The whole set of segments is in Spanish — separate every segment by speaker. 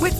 Speaker 1: With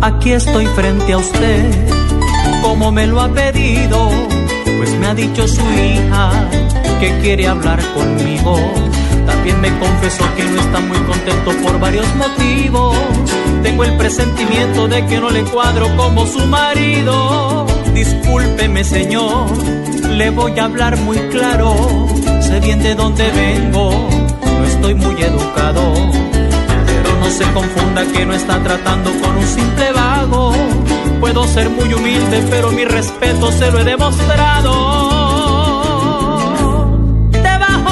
Speaker 2: Aquí estoy frente a usted, como me lo ha pedido, pues me ha dicho su hija que quiere hablar conmigo. También me confesó que no está muy contento por varios motivos. Tengo el presentimiento de que no le cuadro como su marido. Discúlpeme, señor, le voy a hablar muy claro. Sé bien de dónde vengo, no estoy muy educado. Pero no se confunda que no está tratando con un simple vago. Puedo ser muy humilde, pero mi respeto se lo he demostrado.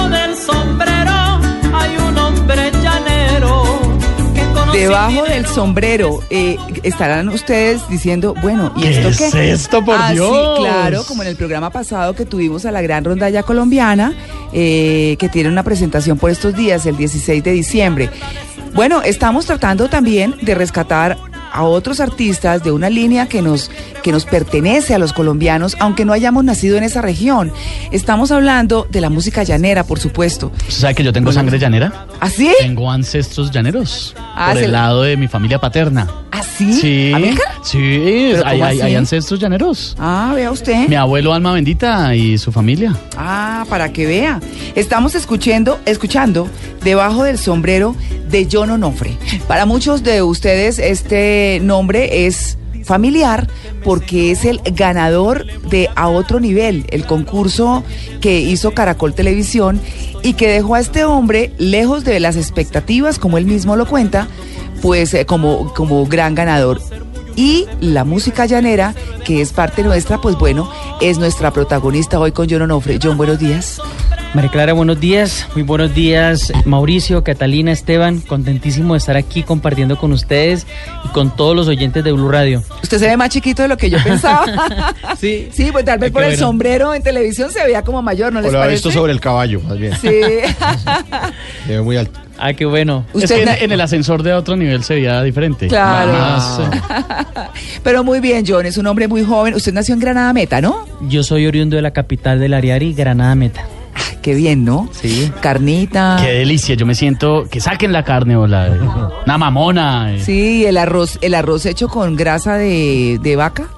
Speaker 2: Debajo del sombrero hay un hombre llanero que conocí
Speaker 3: Debajo
Speaker 2: mi
Speaker 3: del sombrero eh, estarán ustedes diciendo, bueno, ¿y
Speaker 4: ¿Qué
Speaker 3: esto qué?
Speaker 4: es esto, por
Speaker 3: Ah, sí,
Speaker 4: Dios?
Speaker 3: claro, como en el programa pasado que tuvimos a la gran rondalla colombiana, eh, que tiene una presentación por estos días, el 16 de diciembre. Bueno, estamos tratando también de rescatar a otros artistas de una línea que nos, que nos pertenece a los colombianos, aunque no hayamos nacido en esa región. Estamos hablando de la música llanera, por supuesto. ¿Ah,
Speaker 4: ¿Sabe que yo tengo sangre llanera?
Speaker 3: ¿Así?
Speaker 4: Tengo ancestros llaneros.
Speaker 3: Ah,
Speaker 4: por
Speaker 3: se-
Speaker 4: el lado de mi familia paterna.
Speaker 3: ¿Así?
Speaker 4: Sí.
Speaker 3: ¿Amílcar?
Speaker 4: Sí,
Speaker 3: ¿Pero
Speaker 4: hay,
Speaker 3: cómo
Speaker 4: hay-
Speaker 3: así?
Speaker 4: hay ancestros llaneros.
Speaker 3: Ah, vea usted.
Speaker 4: Mi abuelo Alma Bendita y su familia.
Speaker 3: Ah, para que vea. Estamos escuchando, escuchando debajo del sombrero de John Onofre. Para muchos de ustedes este nombre es familiar porque es el ganador de A Otro Nivel, el concurso que hizo Caracol Televisión y que dejó a este hombre lejos de las expectativas, como él mismo lo cuenta, pues eh, como, como gran ganador y la música llanera, que es parte nuestra, pues bueno, es nuestra protagonista hoy con John Onofre. John, buenos días.
Speaker 5: María Clara, buenos días. Muy buenos días, Mauricio, Catalina, Esteban. Contentísimo de estar aquí compartiendo con ustedes y con todos los oyentes de Blue Radio.
Speaker 3: Usted se ve más chiquito de lo que yo pensaba.
Speaker 5: Sí.
Speaker 3: sí, pues tal vez
Speaker 5: Qué
Speaker 3: por el
Speaker 5: bueno.
Speaker 3: sombrero en televisión se veía como mayor, ¿no les
Speaker 6: Hola,
Speaker 3: parece?
Speaker 6: esto sobre el caballo, más bien.
Speaker 3: Sí.
Speaker 6: Se ve muy alto.
Speaker 5: Ah, qué bueno.
Speaker 4: Es
Speaker 3: Usted
Speaker 4: que en,
Speaker 3: na-
Speaker 4: en el ascensor de otro nivel sería diferente.
Speaker 3: Claro.
Speaker 4: Más, eh,
Speaker 3: Pero muy bien, John, es un hombre muy joven. Usted nació en Granada Meta, ¿no?
Speaker 5: Yo soy oriundo de la capital del Ariari, Granada Meta.
Speaker 3: Ay, Qué bien, ¿no?
Speaker 5: Sí.
Speaker 3: Carnita.
Speaker 4: Qué delicia, yo me siento que saquen la carne o la una mamona. eh.
Speaker 3: Sí, el arroz, el arroz hecho con grasa de, de vaca.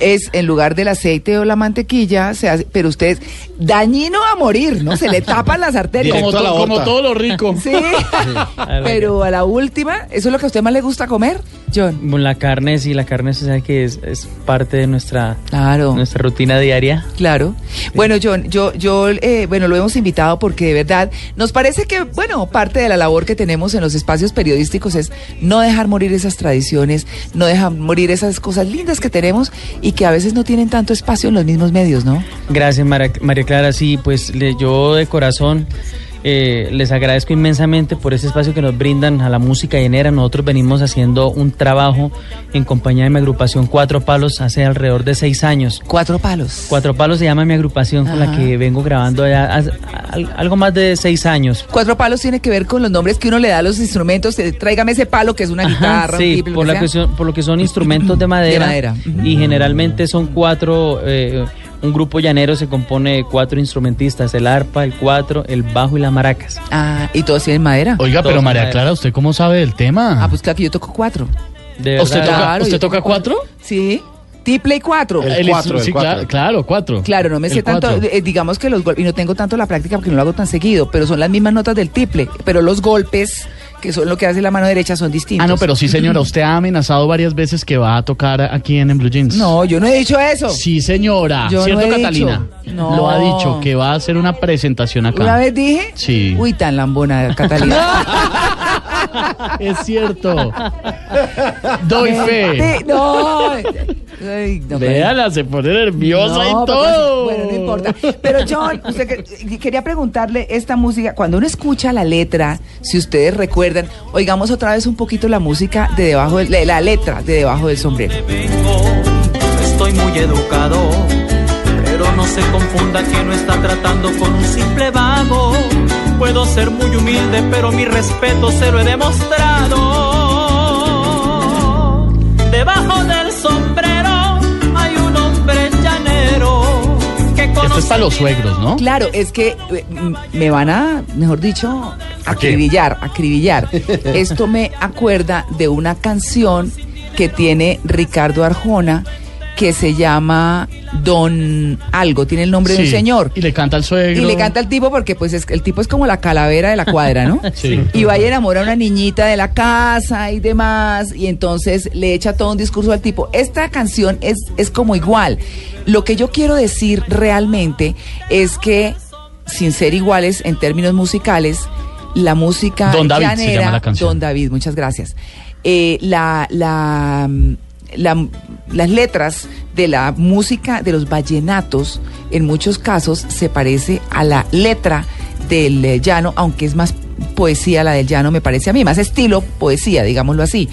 Speaker 3: Es en lugar del aceite o la mantequilla, se hace, pero usted dañino a morir, ¿no? Se le tapan las arterias.
Speaker 4: Como,
Speaker 6: Directo a la
Speaker 4: to- como
Speaker 6: aorta.
Speaker 4: todo lo rico.
Speaker 3: Sí. Pero a la última, ¿eso es lo que a usted más le gusta comer, John?
Speaker 5: Bueno, La carne, sí, la carne, se sabe que es, es parte de nuestra,
Speaker 3: Claro.
Speaker 5: nuestra rutina diaria.
Speaker 3: Claro. Bueno, John, yo, yo, eh, bueno, lo hemos invitado porque de verdad nos parece que, bueno, parte de la labor que tenemos en los espacios periodísticos es no dejar morir esas tradiciones, no dejar morir esas cosas lindas que tenemos y que a veces no tienen tanto espacio en los mismos medios, ¿no?
Speaker 5: Gracias, Mara- María Clara. Sí, pues le- yo de corazón eh, les agradezco inmensamente por ese espacio que nos brindan a la música llanera. Nosotros venimos haciendo un trabajo en compañía de mi agrupación Cuatro Palos hace alrededor de seis años.
Speaker 3: Cuatro palos.
Speaker 5: Cuatro Palos se llama mi agrupación con
Speaker 3: Ajá.
Speaker 5: la que vengo grabando ya hace- al- algo más de seis años.
Speaker 3: Cuatro palos tiene que ver con los nombres que uno le da a los instrumentos. eh, Tráigame ese palo que es una guitarra.
Speaker 5: Ajá,
Speaker 3: un
Speaker 5: sí,
Speaker 3: tiple, lo
Speaker 5: por,
Speaker 3: que
Speaker 5: la
Speaker 3: sea.
Speaker 5: cuestión- por lo que son instrumentos de madera.
Speaker 3: madera.
Speaker 5: Y generalmente son cuatro, eh, un grupo llanero se compone de cuatro instrumentistas, el arpa, el cuatro, el bajo y las maracas.
Speaker 3: Ah, y todos tienen madera.
Speaker 4: Oiga,
Speaker 5: Todos
Speaker 4: pero
Speaker 5: son
Speaker 4: María
Speaker 5: madera.
Speaker 4: Clara, ¿usted cómo sabe del tema?
Speaker 3: Ah, pues claro que yo toco cuatro.
Speaker 5: De
Speaker 4: ¿Usted
Speaker 5: verdad.
Speaker 4: toca,
Speaker 3: Claro,
Speaker 4: usted
Speaker 3: yo
Speaker 4: toca
Speaker 3: toco
Speaker 4: cuatro?
Speaker 3: Sí. Tiple y cuatro.
Speaker 6: El
Speaker 4: instru-
Speaker 6: cuatro, el
Speaker 4: sí,
Speaker 6: cuatro.
Speaker 4: cla- Claro, cuatro.
Speaker 3: Claro, no me
Speaker 4: El
Speaker 3: sé tanto,
Speaker 4: cuatro.
Speaker 3: eh, digamos que los golpes, y no tengo tanto la práctica porque no lo hago tan seguido, pero son las mismas notas del triple, pero los golpes, que son lo que hace la mano derecha, son distintos.
Speaker 4: Ah, no, pero sí, señora, usted ha amenazado varias veces que va a tocar aquí en, en Blue Jeans.
Speaker 3: No, yo no he dicho eso.
Speaker 4: Sí, señora.
Speaker 3: Yo no
Speaker 4: ¿Cierto,
Speaker 3: he
Speaker 4: Catalina?
Speaker 3: dicho. No.
Speaker 4: Lo ha dicho, que va a hacer una presentación acá.
Speaker 3: Una vez dije,
Speaker 4: Sí.
Speaker 3: uy, tan lambona, Catalina.
Speaker 4: Es cierto. Doy fe.
Speaker 3: Sí, no. Ay, no,
Speaker 4: Véala, se pone
Speaker 3: pero-
Speaker 4: nerviosa
Speaker 3: no,
Speaker 4: y
Speaker 3: pero-
Speaker 4: todo.
Speaker 3: Bueno, no importa. Pero John, usted que- quería preguntarle esta música, cuando uno escucha la letra, si ustedes recuerdan, oigamos otra vez un poquito la música de debajo del- la letra de debajo del sombrero.
Speaker 2: vengo, no estoy muy educado, pero no se confunda que no está tratando con un simple vago. Puedo ser muy humilde, pero mi respeto se lo he demostrado. Debajo del sombrero hay un hombre llanero que conoce.
Speaker 4: Esto es para los
Speaker 2: bien
Speaker 4: suegros, ¿no?
Speaker 3: Claro, es que eh, m- me van a, mejor dicho,
Speaker 6: qué?
Speaker 3: acribillar, acribillar. Esto me acuerda de una canción que tiene Ricardo Arjona que se llama Don Algo, tiene el nombre de un
Speaker 4: Sí,
Speaker 3: señor.
Speaker 4: Y le canta al
Speaker 3: Y
Speaker 4: suegro.
Speaker 3: le canta al tipo porque pues es- el tipo es como la calavera de la cuadra, ¿no?
Speaker 4: Sí.
Speaker 3: Y va y enamora a una niñita de la casa y demás, y entonces le echa todo un discurso al tipo. Esta canción es, es como igual. Lo que yo quiero decir realmente es que, sin ser iguales en términos musicales, la música
Speaker 4: Don David se
Speaker 3: llanera,
Speaker 4: llama la canción.
Speaker 3: Don David, muchas gracias. Eh, la, la, mm, la- las letras de la música de los vallenatos en muchos casos se parece a la letra del eh, llano, aunque es más poesía la del llano, me parece a mí, más estilo poesía, digámoslo así,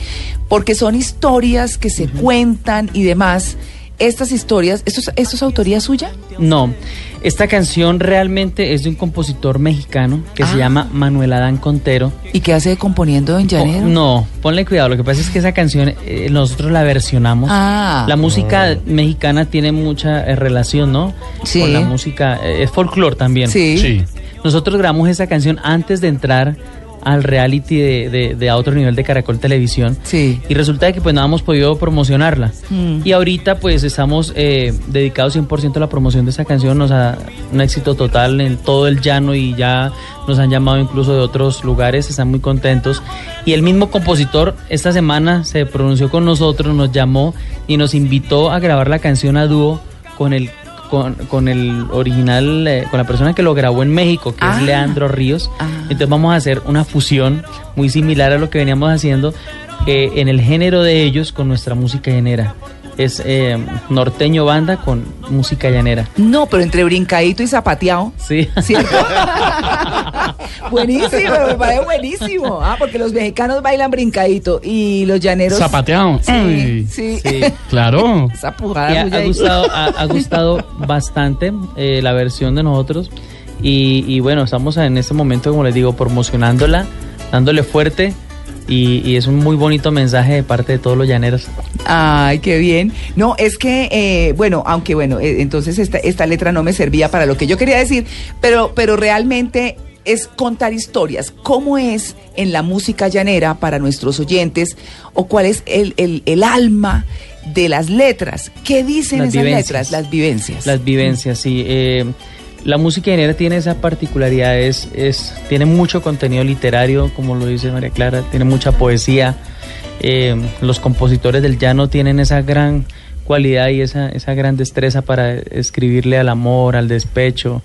Speaker 3: porque son historias que se cuentan y demás. Estas historias, ¿esto es, esto es autoría suya?
Speaker 5: No, esta canción realmente es de un compositor mexicano que
Speaker 3: Ah.
Speaker 5: se llama Manuel Adán Contero.
Speaker 3: ¿Y qué hace componiendo en
Speaker 5: Po-
Speaker 3: llanero?
Speaker 5: Oh, no, ponle cuidado. Lo que pasa es que esa canción eh, nosotros la versionamos.
Speaker 3: Ah.
Speaker 5: la música mexicana tiene mucha eh, relación, ¿no?
Speaker 3: Sí.
Speaker 5: Con la música. eh, es folclore también.
Speaker 3: Sí.
Speaker 4: Sí.
Speaker 5: Nosotros grabamos esa canción antes de entrar al reality de, de- de a otro nivel de Caracol Televisión.
Speaker 3: Sí.
Speaker 5: Y resulta que pues no hemos podido promocionarla. Y ahorita pues estamos eh, dedicados 100% a la promoción de esa canción. Nos ha un éxito total en todo el llano y ya nos han llamado incluso de otros lugares. Están muy contentos. Y el mismo compositor esta semana se pronunció con nosotros, nos llamó y nos invitó a grabar la canción a dúo con el... Con, con el original, eh, con la persona que lo grabó en México, que
Speaker 3: Ah.
Speaker 5: es Leandro Ríos.
Speaker 3: Ah.
Speaker 5: Entonces vamos a hacer una fusión muy similar a lo que veníamos haciendo eh, en el género de ellos con nuestra música llanera. Es eh, norteño banda con música llanera.
Speaker 3: No, pero entre brincadito y zapateado.
Speaker 5: Sí.
Speaker 3: ¿Cierto? buenísimo, me parece buenísimo. Ah, porque los mexicanos bailan brincadito y los llaneros.
Speaker 4: Zapateado.
Speaker 3: Sí,
Speaker 4: Ay,
Speaker 3: sí. Ah,
Speaker 5: Sí.
Speaker 4: Claro.
Speaker 3: Esa
Speaker 5: Y
Speaker 3: pujada
Speaker 5: ha,
Speaker 3: suya
Speaker 5: ha
Speaker 3: ahí.
Speaker 5: gustado, ha, ha gustado bastante eh, la versión de nosotros. Y, y bueno, estamos en este momento, como les digo, promocionándola, dándole fuerte. Y, y es un muy bonito mensaje de parte de todos los llaneros.
Speaker 3: Ay, qué bien. No, es que, eh, bueno, aunque bueno, eh, entonces esta, esta letra no me servía para lo que yo quería decir, pero, pero realmente es contar historias. ¿Cómo es en la música llanera para nuestros oyentes? ¿O cuál es el, el- el alma de las letras? ¿Qué dicen
Speaker 5: Las
Speaker 3: esas
Speaker 5: vivencias.
Speaker 3: letras? Las vivencias.
Speaker 5: Las vivencias, sí. eh, la música llanera tiene esa particularidad, es, es, tiene mucho contenido literario, como lo dice María Clara, tiene mucha poesía. eh, los compositores del llano tienen esa gran cualidad y esa, esa gran destreza para escribirle al amor, al despecho,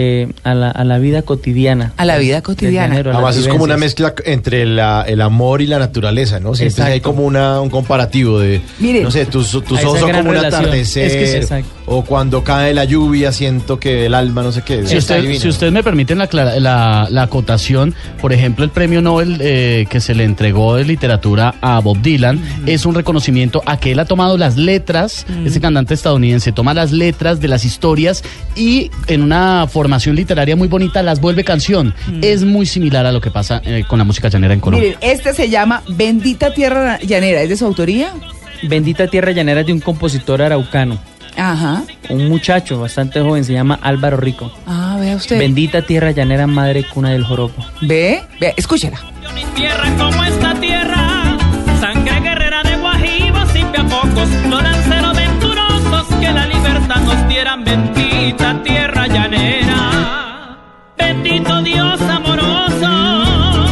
Speaker 5: eh, a, la, a la vida cotidiana.
Speaker 3: A la vida
Speaker 5: del
Speaker 3: cotidiana.
Speaker 5: llanero, a las
Speaker 6: Además es como una
Speaker 5: vivencias.
Speaker 6: mezcla entre la- el amor y la naturaleza, ¿no? Siempre
Speaker 5: Exacto.
Speaker 6: hay como una, un comparativo de,
Speaker 3: Mire.
Speaker 6: no sé, tus, tus
Speaker 5: Esa
Speaker 6: ojos son
Speaker 5: gran
Speaker 6: como un
Speaker 5: relación.
Speaker 6: atardecer,
Speaker 5: Es que sí, exacto.
Speaker 6: o cuando cae la lluvia siento que el alma, no sé qué.
Speaker 4: Si
Speaker 6: está
Speaker 4: usted,
Speaker 6: divino.
Speaker 4: si usted me permite la, clara- la, la acotación, por ejemplo, el premio Nobel eh, que se le entregó de literatura a Bob Dylan es un reconocimiento a que él ha tomado las letras, ese cantante estadounidense toma las letras de las historias y en una formación literaria muy bonita las vuelve canción. Es muy similar a lo que pasa eh, con la música llanera en Colombia.
Speaker 3: Miren, este se llama Bendita Tierra Llanera. ¿Es de su autoría?
Speaker 5: Bendita Tierra Llanera es de un compositor araucano,
Speaker 3: Ajá.
Speaker 5: un muchacho bastante joven, se llama Álvaro Rico.
Speaker 3: Ah, vea usted.
Speaker 5: Bendita Tierra Llanera, madre cuna del joropo.
Speaker 3: Ve, ve, escúchela.
Speaker 2: Mi tierra como esta tierra, sangre guerrera de guajivos y pocos, no lanceros venturosos que la libertad nos dieran, bendita tierra llanera. Bendito Dios amoroso,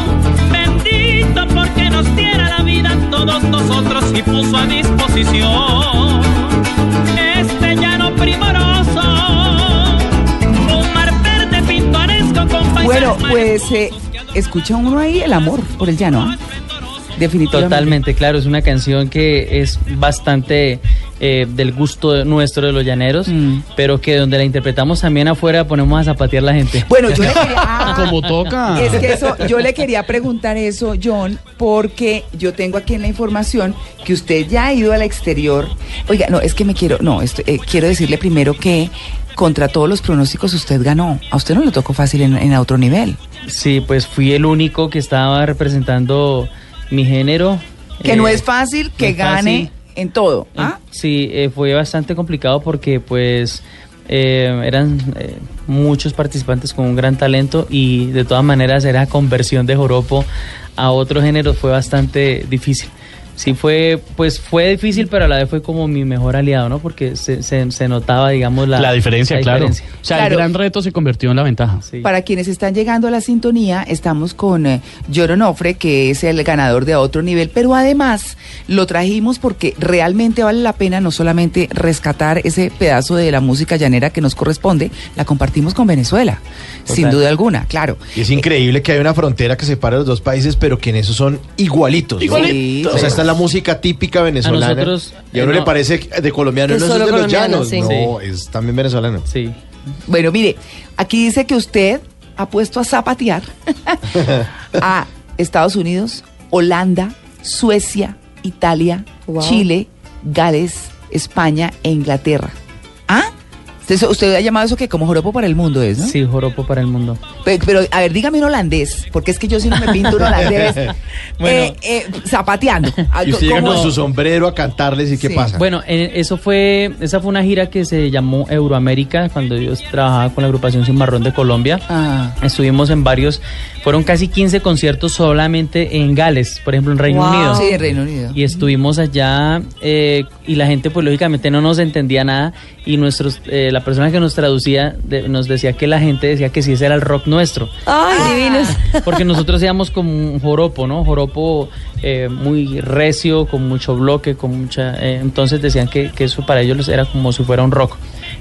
Speaker 2: bendito porque nos diera la vida a todos nosotros y puso a disposición este llano primoroso, un mar verde pintoresco con paisajes
Speaker 3: Bueno, pues eh,
Speaker 2: majestuosos que adoran
Speaker 3: escucha uno ahí el amor por el llano. ¿ah? definitivamente.
Speaker 5: Totalmente, claro, es una canción que es bastante eh, del gusto de- nuestro de los llaneros,
Speaker 3: Mm.
Speaker 5: pero que donde la interpretamos también afuera ponemos a zapatear la gente.
Speaker 3: Bueno, yo le quería... ah,
Speaker 4: Como toca.
Speaker 3: Es que eso, yo le quería preguntar eso, John, porque yo tengo aquí en la información que usted ya ha ido al exterior. Oiga, no, es que me quiero, no, esto, eh, quiero decirle primero que contra todos los pronósticos usted ganó. A usted no le tocó fácil en, en otro nivel.
Speaker 5: Sí, pues fui el único que estaba representando mi género.
Speaker 3: Que
Speaker 5: eh,
Speaker 3: no es fácil que
Speaker 5: no es
Speaker 3: gane
Speaker 5: fácil.
Speaker 3: en todo.
Speaker 5: Eh,
Speaker 3: ¿ah?
Speaker 5: Sí, eh, fue bastante complicado porque pues eh, eran eh, muchos participantes con un gran talento y de todas maneras era conversión de joropo a otro género fue bastante difícil. Sí fue, pues fue difícil, pero a la vez fue como mi mejor aliado, ¿no? Porque se, se- se notaba, digamos, la,
Speaker 4: La diferencia,
Speaker 5: la
Speaker 4: claro.
Speaker 5: diferencia.
Speaker 4: O sea,
Speaker 3: Claro.
Speaker 4: el gran reto se convirtió en la ventaja.
Speaker 5: Sí.
Speaker 3: Para quienes están llegando a la sintonía, estamos con eh, Joron Ofre, que es el ganador de A otro nivel, pero además lo trajimos porque realmente vale la pena no solamente rescatar ese pedazo de la música llanera que nos corresponde, la compartimos con Venezuela, sin
Speaker 5: Total.
Speaker 3: duda alguna, claro.
Speaker 6: Y es increíble que hay una frontera que separa los dos países, pero que en eso son igualitos. ¿no?
Speaker 3: Igualitos.
Speaker 6: O sea, esta es la música típica venezolana.
Speaker 5: A nosotros,
Speaker 6: y a uno
Speaker 5: eh,
Speaker 6: le
Speaker 5: no.
Speaker 6: parece de colombiano,
Speaker 7: Que
Speaker 6: no eso es
Speaker 7: solo
Speaker 6: de los
Speaker 7: colombiano,
Speaker 6: llanos.
Speaker 7: sí.
Speaker 6: No, es también venezolano.
Speaker 5: Sí.
Speaker 3: Bueno, mire, aquí dice que usted ha puesto a zapatear a Estados Unidos, Holanda, Suecia, Italia,
Speaker 7: Wow.
Speaker 3: Chile, Gales, España e Inglaterra. ¿Ah? Entonces, usted ha llamado eso que como joropo para el mundo es, ¿no?
Speaker 5: Sí, joropo para el mundo.
Speaker 3: Pe- Pero, a ver, dígame un holandés, porque es que yo si no me pinto un holandés
Speaker 5: Bueno.
Speaker 3: eh, eh, zapateando. Ah,
Speaker 6: Y usted
Speaker 3: co-
Speaker 6: llega
Speaker 3: como-
Speaker 6: con su sombrero a cantarles y ¿qué
Speaker 3: Sí.
Speaker 6: pasa?
Speaker 5: Bueno, eh, eso fue, esa fue una gira que se llamó Euroamérica, cuando yo trabajaba con la agrupación Cimarrón de Colombia.
Speaker 3: Ah.
Speaker 5: Estuvimos en varios, fueron casi 15 conciertos solamente en Gales, por ejemplo en Reino
Speaker 7: Wow.
Speaker 5: Unido.
Speaker 3: Sí, Reino Unido.
Speaker 5: Y estuvimos allá eh, y la gente pues lógicamente no nos entendía nada y nuestros, eh, la persona que nos traducía de- nos decía que la gente decía que sí, ese era el rock nuestro.
Speaker 7: Ay,
Speaker 8: Ah.
Speaker 7: divinos.
Speaker 5: Porque nosotros íbamos como un joropo, ¿no? Joropo eh, muy recio, con mucho bloque, con mucha... eh, entonces decían que, que eso para ellos era como si fuera un rock.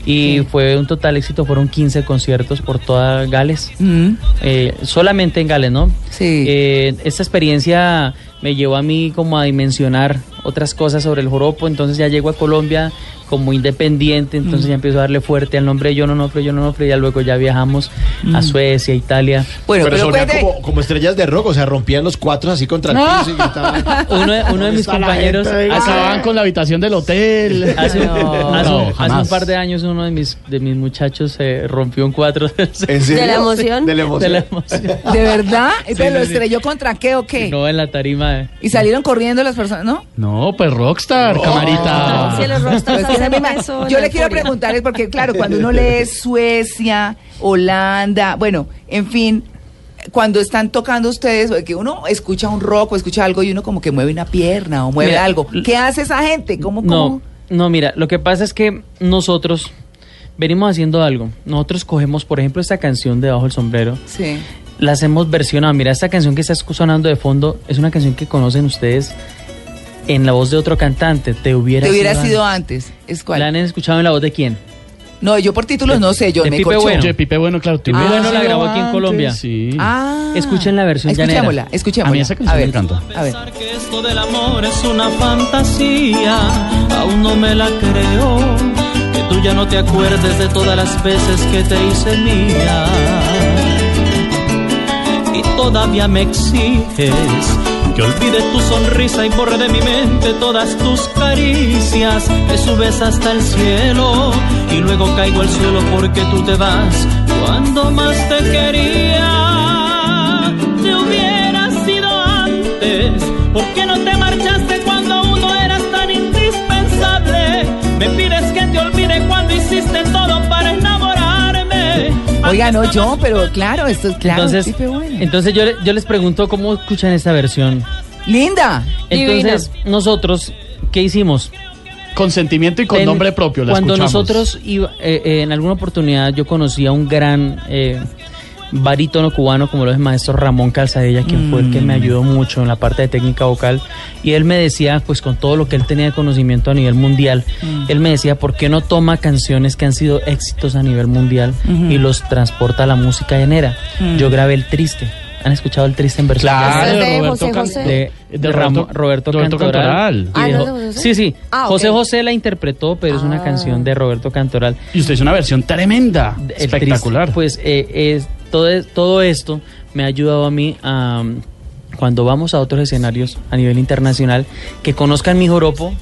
Speaker 5: Y fue un total éxito, fueron 15 conciertos por toda Gales.
Speaker 3: Mm,
Speaker 5: Eh, solamente en Gales, ¿no?
Speaker 3: sí.
Speaker 5: Eh, esta experiencia me llevó a mí como a dimensionar otras cosas sobre el joropo, entonces ya llego a Colombia como independiente,
Speaker 3: Mm.
Speaker 5: entonces ya empiezo a darle fuerte al nombre de Yo No Nofre, Yo No Nofre, ya luego ya viajamos a Suecia, Italia.
Speaker 3: Mm. bueno,
Speaker 6: pero,
Speaker 3: pero,
Speaker 6: sonaban
Speaker 3: cuente-
Speaker 6: como, como estrellas de rock, o sea, rompían los cuatro así contra el piso y gritaban.
Speaker 5: Uno de, uno de mis
Speaker 6: está la
Speaker 5: compañeros
Speaker 6: gente?
Speaker 5: hace-
Speaker 4: Acababan con la habitación del hotel.
Speaker 5: Hace, un- hace un-
Speaker 4: No,
Speaker 5: hace
Speaker 4: jamás.
Speaker 5: un par de años uno de mis, de mis muchachos se rompió en cuatro.
Speaker 4: Eh.
Speaker 6: ¿En serio?
Speaker 7: De la emoción.
Speaker 6: De la
Speaker 5: de
Speaker 6: emoción.
Speaker 5: la emoción.
Speaker 3: ¿de verdad? ¿Pero lo
Speaker 5: sí, sí.
Speaker 3: estrelló contra qué o qué?
Speaker 5: No en la tarima. eh.
Speaker 3: Y salieron corriendo las personas, ¿no?
Speaker 4: No, pues rockstar, camarita.
Speaker 5: Ah,
Speaker 7: Si los rostros
Speaker 3: Pues que
Speaker 7: hacen
Speaker 3: a mí me-
Speaker 7: eso, la
Speaker 3: yo le quiero
Speaker 7: euforia.
Speaker 3: preguntar, es porque claro, cuando uno lee Suecia, Holanda, bueno, en fin, cuando están tocando ustedes, que uno escucha un rock o escucha algo y uno como que mueve una pierna o mueve
Speaker 5: Mira,
Speaker 3: algo. ¿Qué hace esa gente? ¿Cómo, cómo?
Speaker 5: No, no, mira, lo que pasa es que nosotros venimos haciendo algo. Nosotros cogemos, por ejemplo, esta canción de Bajo el Sombrero,
Speaker 3: Sí.
Speaker 5: la hacemos versionada. Mira, esta canción que está escu- sonando de fondo es una canción que conocen ustedes en la voz de otro cantante. Te hubiera
Speaker 3: Te hubiera
Speaker 5: sido
Speaker 3: sido antes. ¿Es cuál?
Speaker 5: ¿La han escuchado en la voz de quién?
Speaker 3: No, yo por títulos no sé, yo
Speaker 5: de
Speaker 3: me
Speaker 5: Pipe
Speaker 3: corcho.
Speaker 5: Bueno.
Speaker 4: Oye, Eh, Pipe Bueno, claro. tú
Speaker 5: Pipe
Speaker 4: hubieras
Speaker 5: Bueno la
Speaker 4: sido
Speaker 5: grabó aquí en
Speaker 4: antes,
Speaker 5: Colombia.
Speaker 4: Sí.
Speaker 3: Ah.
Speaker 5: Escuchen la versión llanera.
Speaker 3: Escuchémosla, escuchémosla.
Speaker 4: A mí esa canción
Speaker 3: ver,
Speaker 4: me encanta.
Speaker 3: A ver.
Speaker 2: Pensar que esto del amor es una fantasía, aún no me la creo. Que tú ya no te acuerdes de todas las veces que te hice mía. Y todavía me exiges que olvide tu sonrisa y borre de mi mente todas tus caricias. Te subes hasta el cielo y luego caigo al suelo porque tú te vas cuando más te quería. Te hubiera sido antes. ¿Por qué no te marchaste cuando uno eras tan indispensable? Me pides que te olvide cuando hiciste todo para enamorarme.
Speaker 3: Oiga, no, yo, pero claro, esto es claro.
Speaker 5: Entonces,
Speaker 3: Pipe Bueno.
Speaker 5: entonces yo, le- yo les pregunto cómo escuchan esta versión.
Speaker 3: Linda.
Speaker 5: Entonces, nosotros, ¿qué hicimos?
Speaker 4: Con sentimiento y con
Speaker 5: Ten-
Speaker 4: nombre propio. La
Speaker 5: Ah. Cuando
Speaker 4: escuchamos.
Speaker 5: nosotros, iba- eh, eh, en alguna oportunidad, yo conocí a un gran eh, barítono cubano como lo es el maestro Ramón Calzadilla, quien fue el que me
Speaker 4: Mm.
Speaker 5: ayudó mucho en la parte de técnica vocal. Y él me decía, pues con todo lo que él tenía de conocimiento a nivel mundial,
Speaker 4: Mm.
Speaker 5: él me decía, ¿por qué no toma canciones que han sido éxitos a nivel mundial y los transporta a la música llanera? Yo grabé El Triste. ¿Han escuchado el triste en versión?
Speaker 4: Mm.
Speaker 7: Es
Speaker 4: Claro,
Speaker 7: de
Speaker 4: Roberto
Speaker 7: José
Speaker 4: Can-
Speaker 7: José.
Speaker 5: de, de
Speaker 4: de
Speaker 5: Eh, Ramo- Roberto, Cantoral.
Speaker 7: Ah,
Speaker 5: Y
Speaker 7: ¿no
Speaker 5: dijo-
Speaker 7: es de José José?
Speaker 5: sí, sí.
Speaker 7: Ah, ok. Ah.
Speaker 5: José José la interpretó, pero es una canción de Roberto Cantoral.
Speaker 4: Y usted hizo una versión tremenda,
Speaker 5: El triste,
Speaker 4: espectacular.
Speaker 5: pues eh, es, todo, es- todo esto me ha ayudado a mí a, um, cuando vamos a otros escenarios a nivel internacional, que conozcan mi joropo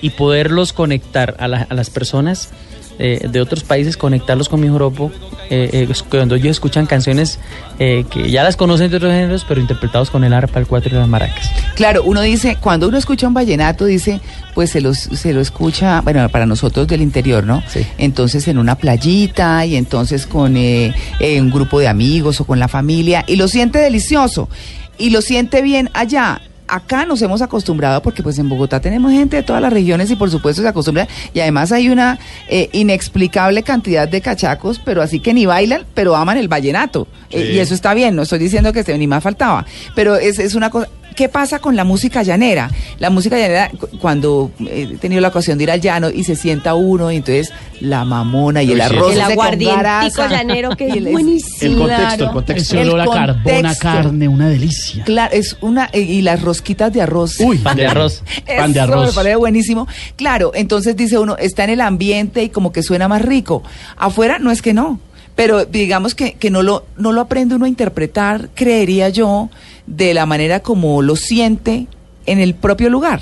Speaker 5: y poderlos conectar a, la- a las personas eh, de otros países, conectarlos con mi joropo, eh, eh, es- cuando ellos escuchan canciones eh, que ya las conocen de otros géneros, pero interpretados con el arpa, el cuatro y las maracas.
Speaker 3: Claro, uno dice, cuando uno escucha un vallenato, dice, pues se, los, se lo escucha, bueno, para nosotros del interior, ¿no?
Speaker 5: Sí.
Speaker 3: Entonces en una playita y entonces con eh, eh, un grupo de amigos o con la familia y lo siente delicioso y lo siente bien allá. Acá nos hemos acostumbrado porque pues en Bogotá tenemos gente de todas las regiones y por supuesto se acostumbra y además hay una eh, inexplicable cantidad de cachacos, pero así que ni bailan, pero aman el vallenato. Eh, y eso está bien, no estoy diciendo que esté- ni más faltaba, pero es, es una cosa... ¿Qué pasa con la música llanera? La música llanera, cu- cuando eh, he tenido la ocasión de ir al llano y se sienta uno, y entonces la mamona y
Speaker 6: Uy,
Speaker 3: el
Speaker 6: sí.
Speaker 3: arroz
Speaker 7: El
Speaker 3: ese con
Speaker 7: aguardientico
Speaker 3: grasa.
Speaker 7: llanero que
Speaker 3: Y el-
Speaker 7: es
Speaker 3: es-
Speaker 7: buenísimo.
Speaker 6: El contexto, el contexto.
Speaker 4: Ese
Speaker 3: el
Speaker 4: olor a carbón, a
Speaker 3: contexto.
Speaker 4: carne, una delicia.
Speaker 3: Claro, es una eh, y las rosquitas de arroz.
Speaker 4: Uy,
Speaker 5: Pan de arroz.
Speaker 4: pan de
Speaker 3: Eso Me
Speaker 4: arroz.
Speaker 3: parece buenísimo. Claro, entonces dice uno, está en el ambiente y como que suena más rico. Afuera no es que no, pero digamos que, que no, lo, no lo aprende uno a interpretar, creería yo, de la manera como lo siente en el propio lugar.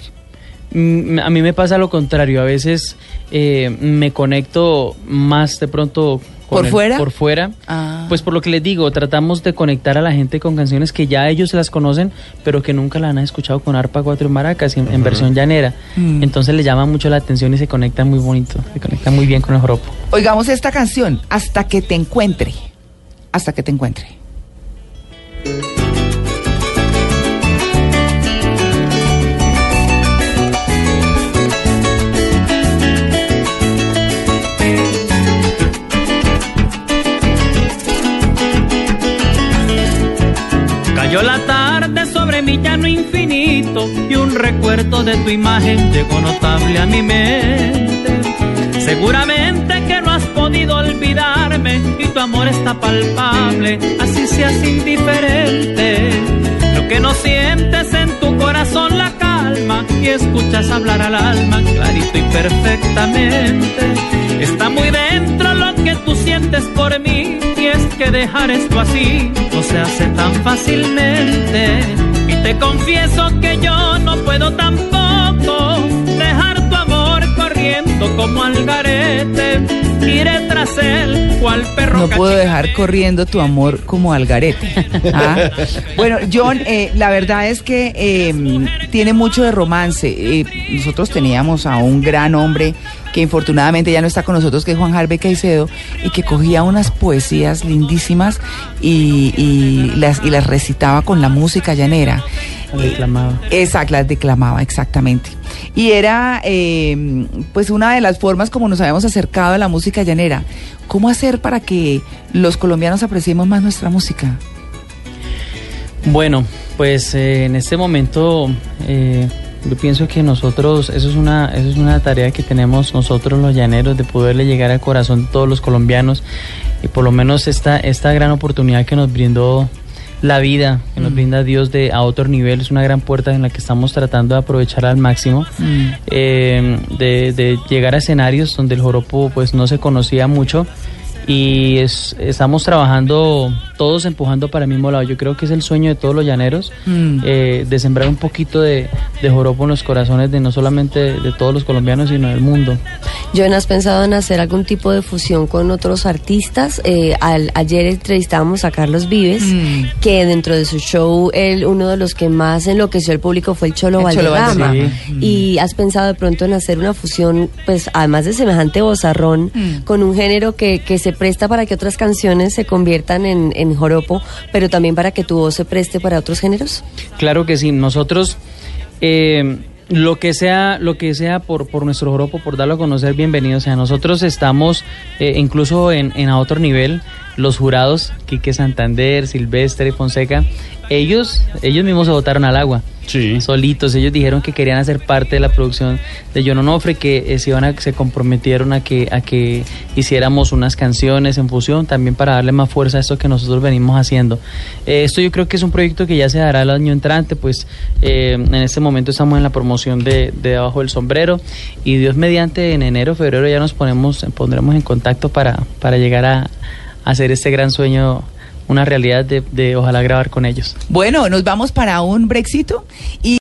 Speaker 5: Mm, A mí me pasa lo contrario. A veces eh, me conecto más de pronto. con
Speaker 3: ¿Por
Speaker 5: el-
Speaker 3: fuera?
Speaker 5: Por fuera.
Speaker 3: Ah.
Speaker 5: Pues por lo que les digo, tratamos de conectar a la gente con canciones que ya ellos las conocen, pero que nunca la han escuchado con arpa, cuatro y maracas en, en versión llanera.
Speaker 3: Mm.
Speaker 5: Entonces le llama mucho la atención y se conectan muy bonito. Se conectan muy bien con el joropo.
Speaker 3: Oigamos esta canción, Hasta que te encuentre. Hasta que te encuentre.
Speaker 2: Cayó la tarde sobre mi llano infinito y un recuerdo de tu imagen llegó notable a mi mente. Seguramente que no has podido olvidarme y tu amor está palpable, así seas indiferente. Lo que no sientes en tu corazón la calma y escuchas hablar al alma clarito y perfectamente. Está muy dentro lo que tú sientes por mí y es que dejar esto así no se hace tan fácilmente. Y te confieso que yo no puedo tampoco dejar tu amor corriendo como al garete. Iré tras él cual perro
Speaker 3: No puedo
Speaker 2: cachimbe.
Speaker 3: dejar corriendo tu amor como al garete. Ah. Bueno, John, eh, la verdad es que eh, tiene mucho de romance. Eh, nosotros teníamos a un gran hombre que infortunadamente ya no está con nosotros, que es Juan Harvey Caicedo, y que cogía unas poesías lindísimas y, y las, y las recitaba con la música llanera. Eh,
Speaker 5: Reclamaba.
Speaker 3: Exacto, las declamaba, exactamente. Y era, eh, pues, una de las formas como nos habíamos acercado a la música llanera. ¿Cómo hacer para que los colombianos apreciemos más nuestra música?
Speaker 5: Bueno, pues eh, en este momento eh, yo pienso que nosotros, eso es, una, eso es una tarea que tenemos nosotros los llaneros de poderle llegar al corazón de todos los colombianos y por lo menos esta, esta gran oportunidad que nos brindó la vida, que nos brinda Dios de, a otro nivel, es una gran puerta en la que estamos tratando de aprovechar al máximo eh, de, de llegar a escenarios donde el joropo pues no se conocía mucho y es- estamos trabajando todos empujando para el mismo lado. Yo creo que es el sueño de todos los llaneros
Speaker 3: Mm.
Speaker 5: eh, de sembrar un poquito de, de joropo en los corazones de no solamente de, de todos los colombianos sino del mundo.
Speaker 7: Joan, ¿has pensado en hacer algún tipo de fusión con otros artistas? Eh, al- ayer entrevistábamos a Carlos Vives,
Speaker 3: Mm.
Speaker 7: que dentro de su show, él, uno de los que más enloqueció al público fue el Cholo
Speaker 3: El Cholo Mm.
Speaker 7: Valderrama.
Speaker 3: Valderrama.
Speaker 7: Y has pensado de pronto en hacer una fusión, pues además de semejante bozarrón,
Speaker 3: Mm.
Speaker 7: con un género que, que se presta para que otras canciones se conviertan en, en joropo, pero también para que tu voz se preste para otros géneros?
Speaker 5: Claro que sí, nosotros eh, lo que sea, lo que sea por, por nuestro grupo, por darlo a conocer, bienvenidos. O sea, nosotros estamos eh, incluso en, en a otro nivel, los jurados, Quique Santander, Silvestre, Fonseca, ellos, ellos mismos se botaron al agua.
Speaker 4: Sí.
Speaker 5: Solitos, ellos dijeron que querían hacer parte de la producción de John Onofre, que eh, se, iban a- se comprometieron a que, a que hiciéramos unas canciones en fusión, también para darle más fuerza a esto que nosotros venimos haciendo. Eh, esto yo creo que es un proyecto que ya se dará el año entrante, pues eh, en este momento estamos en la promoción de, de Abajo del Sombrero y Dios mediante en enero, febrero ya nos ponemos, pondremos en contacto para, para llegar a, a hacer este gran sueño una realidad de, de ojalá grabar con ellos.
Speaker 3: Bueno, nos vamos para un brexito y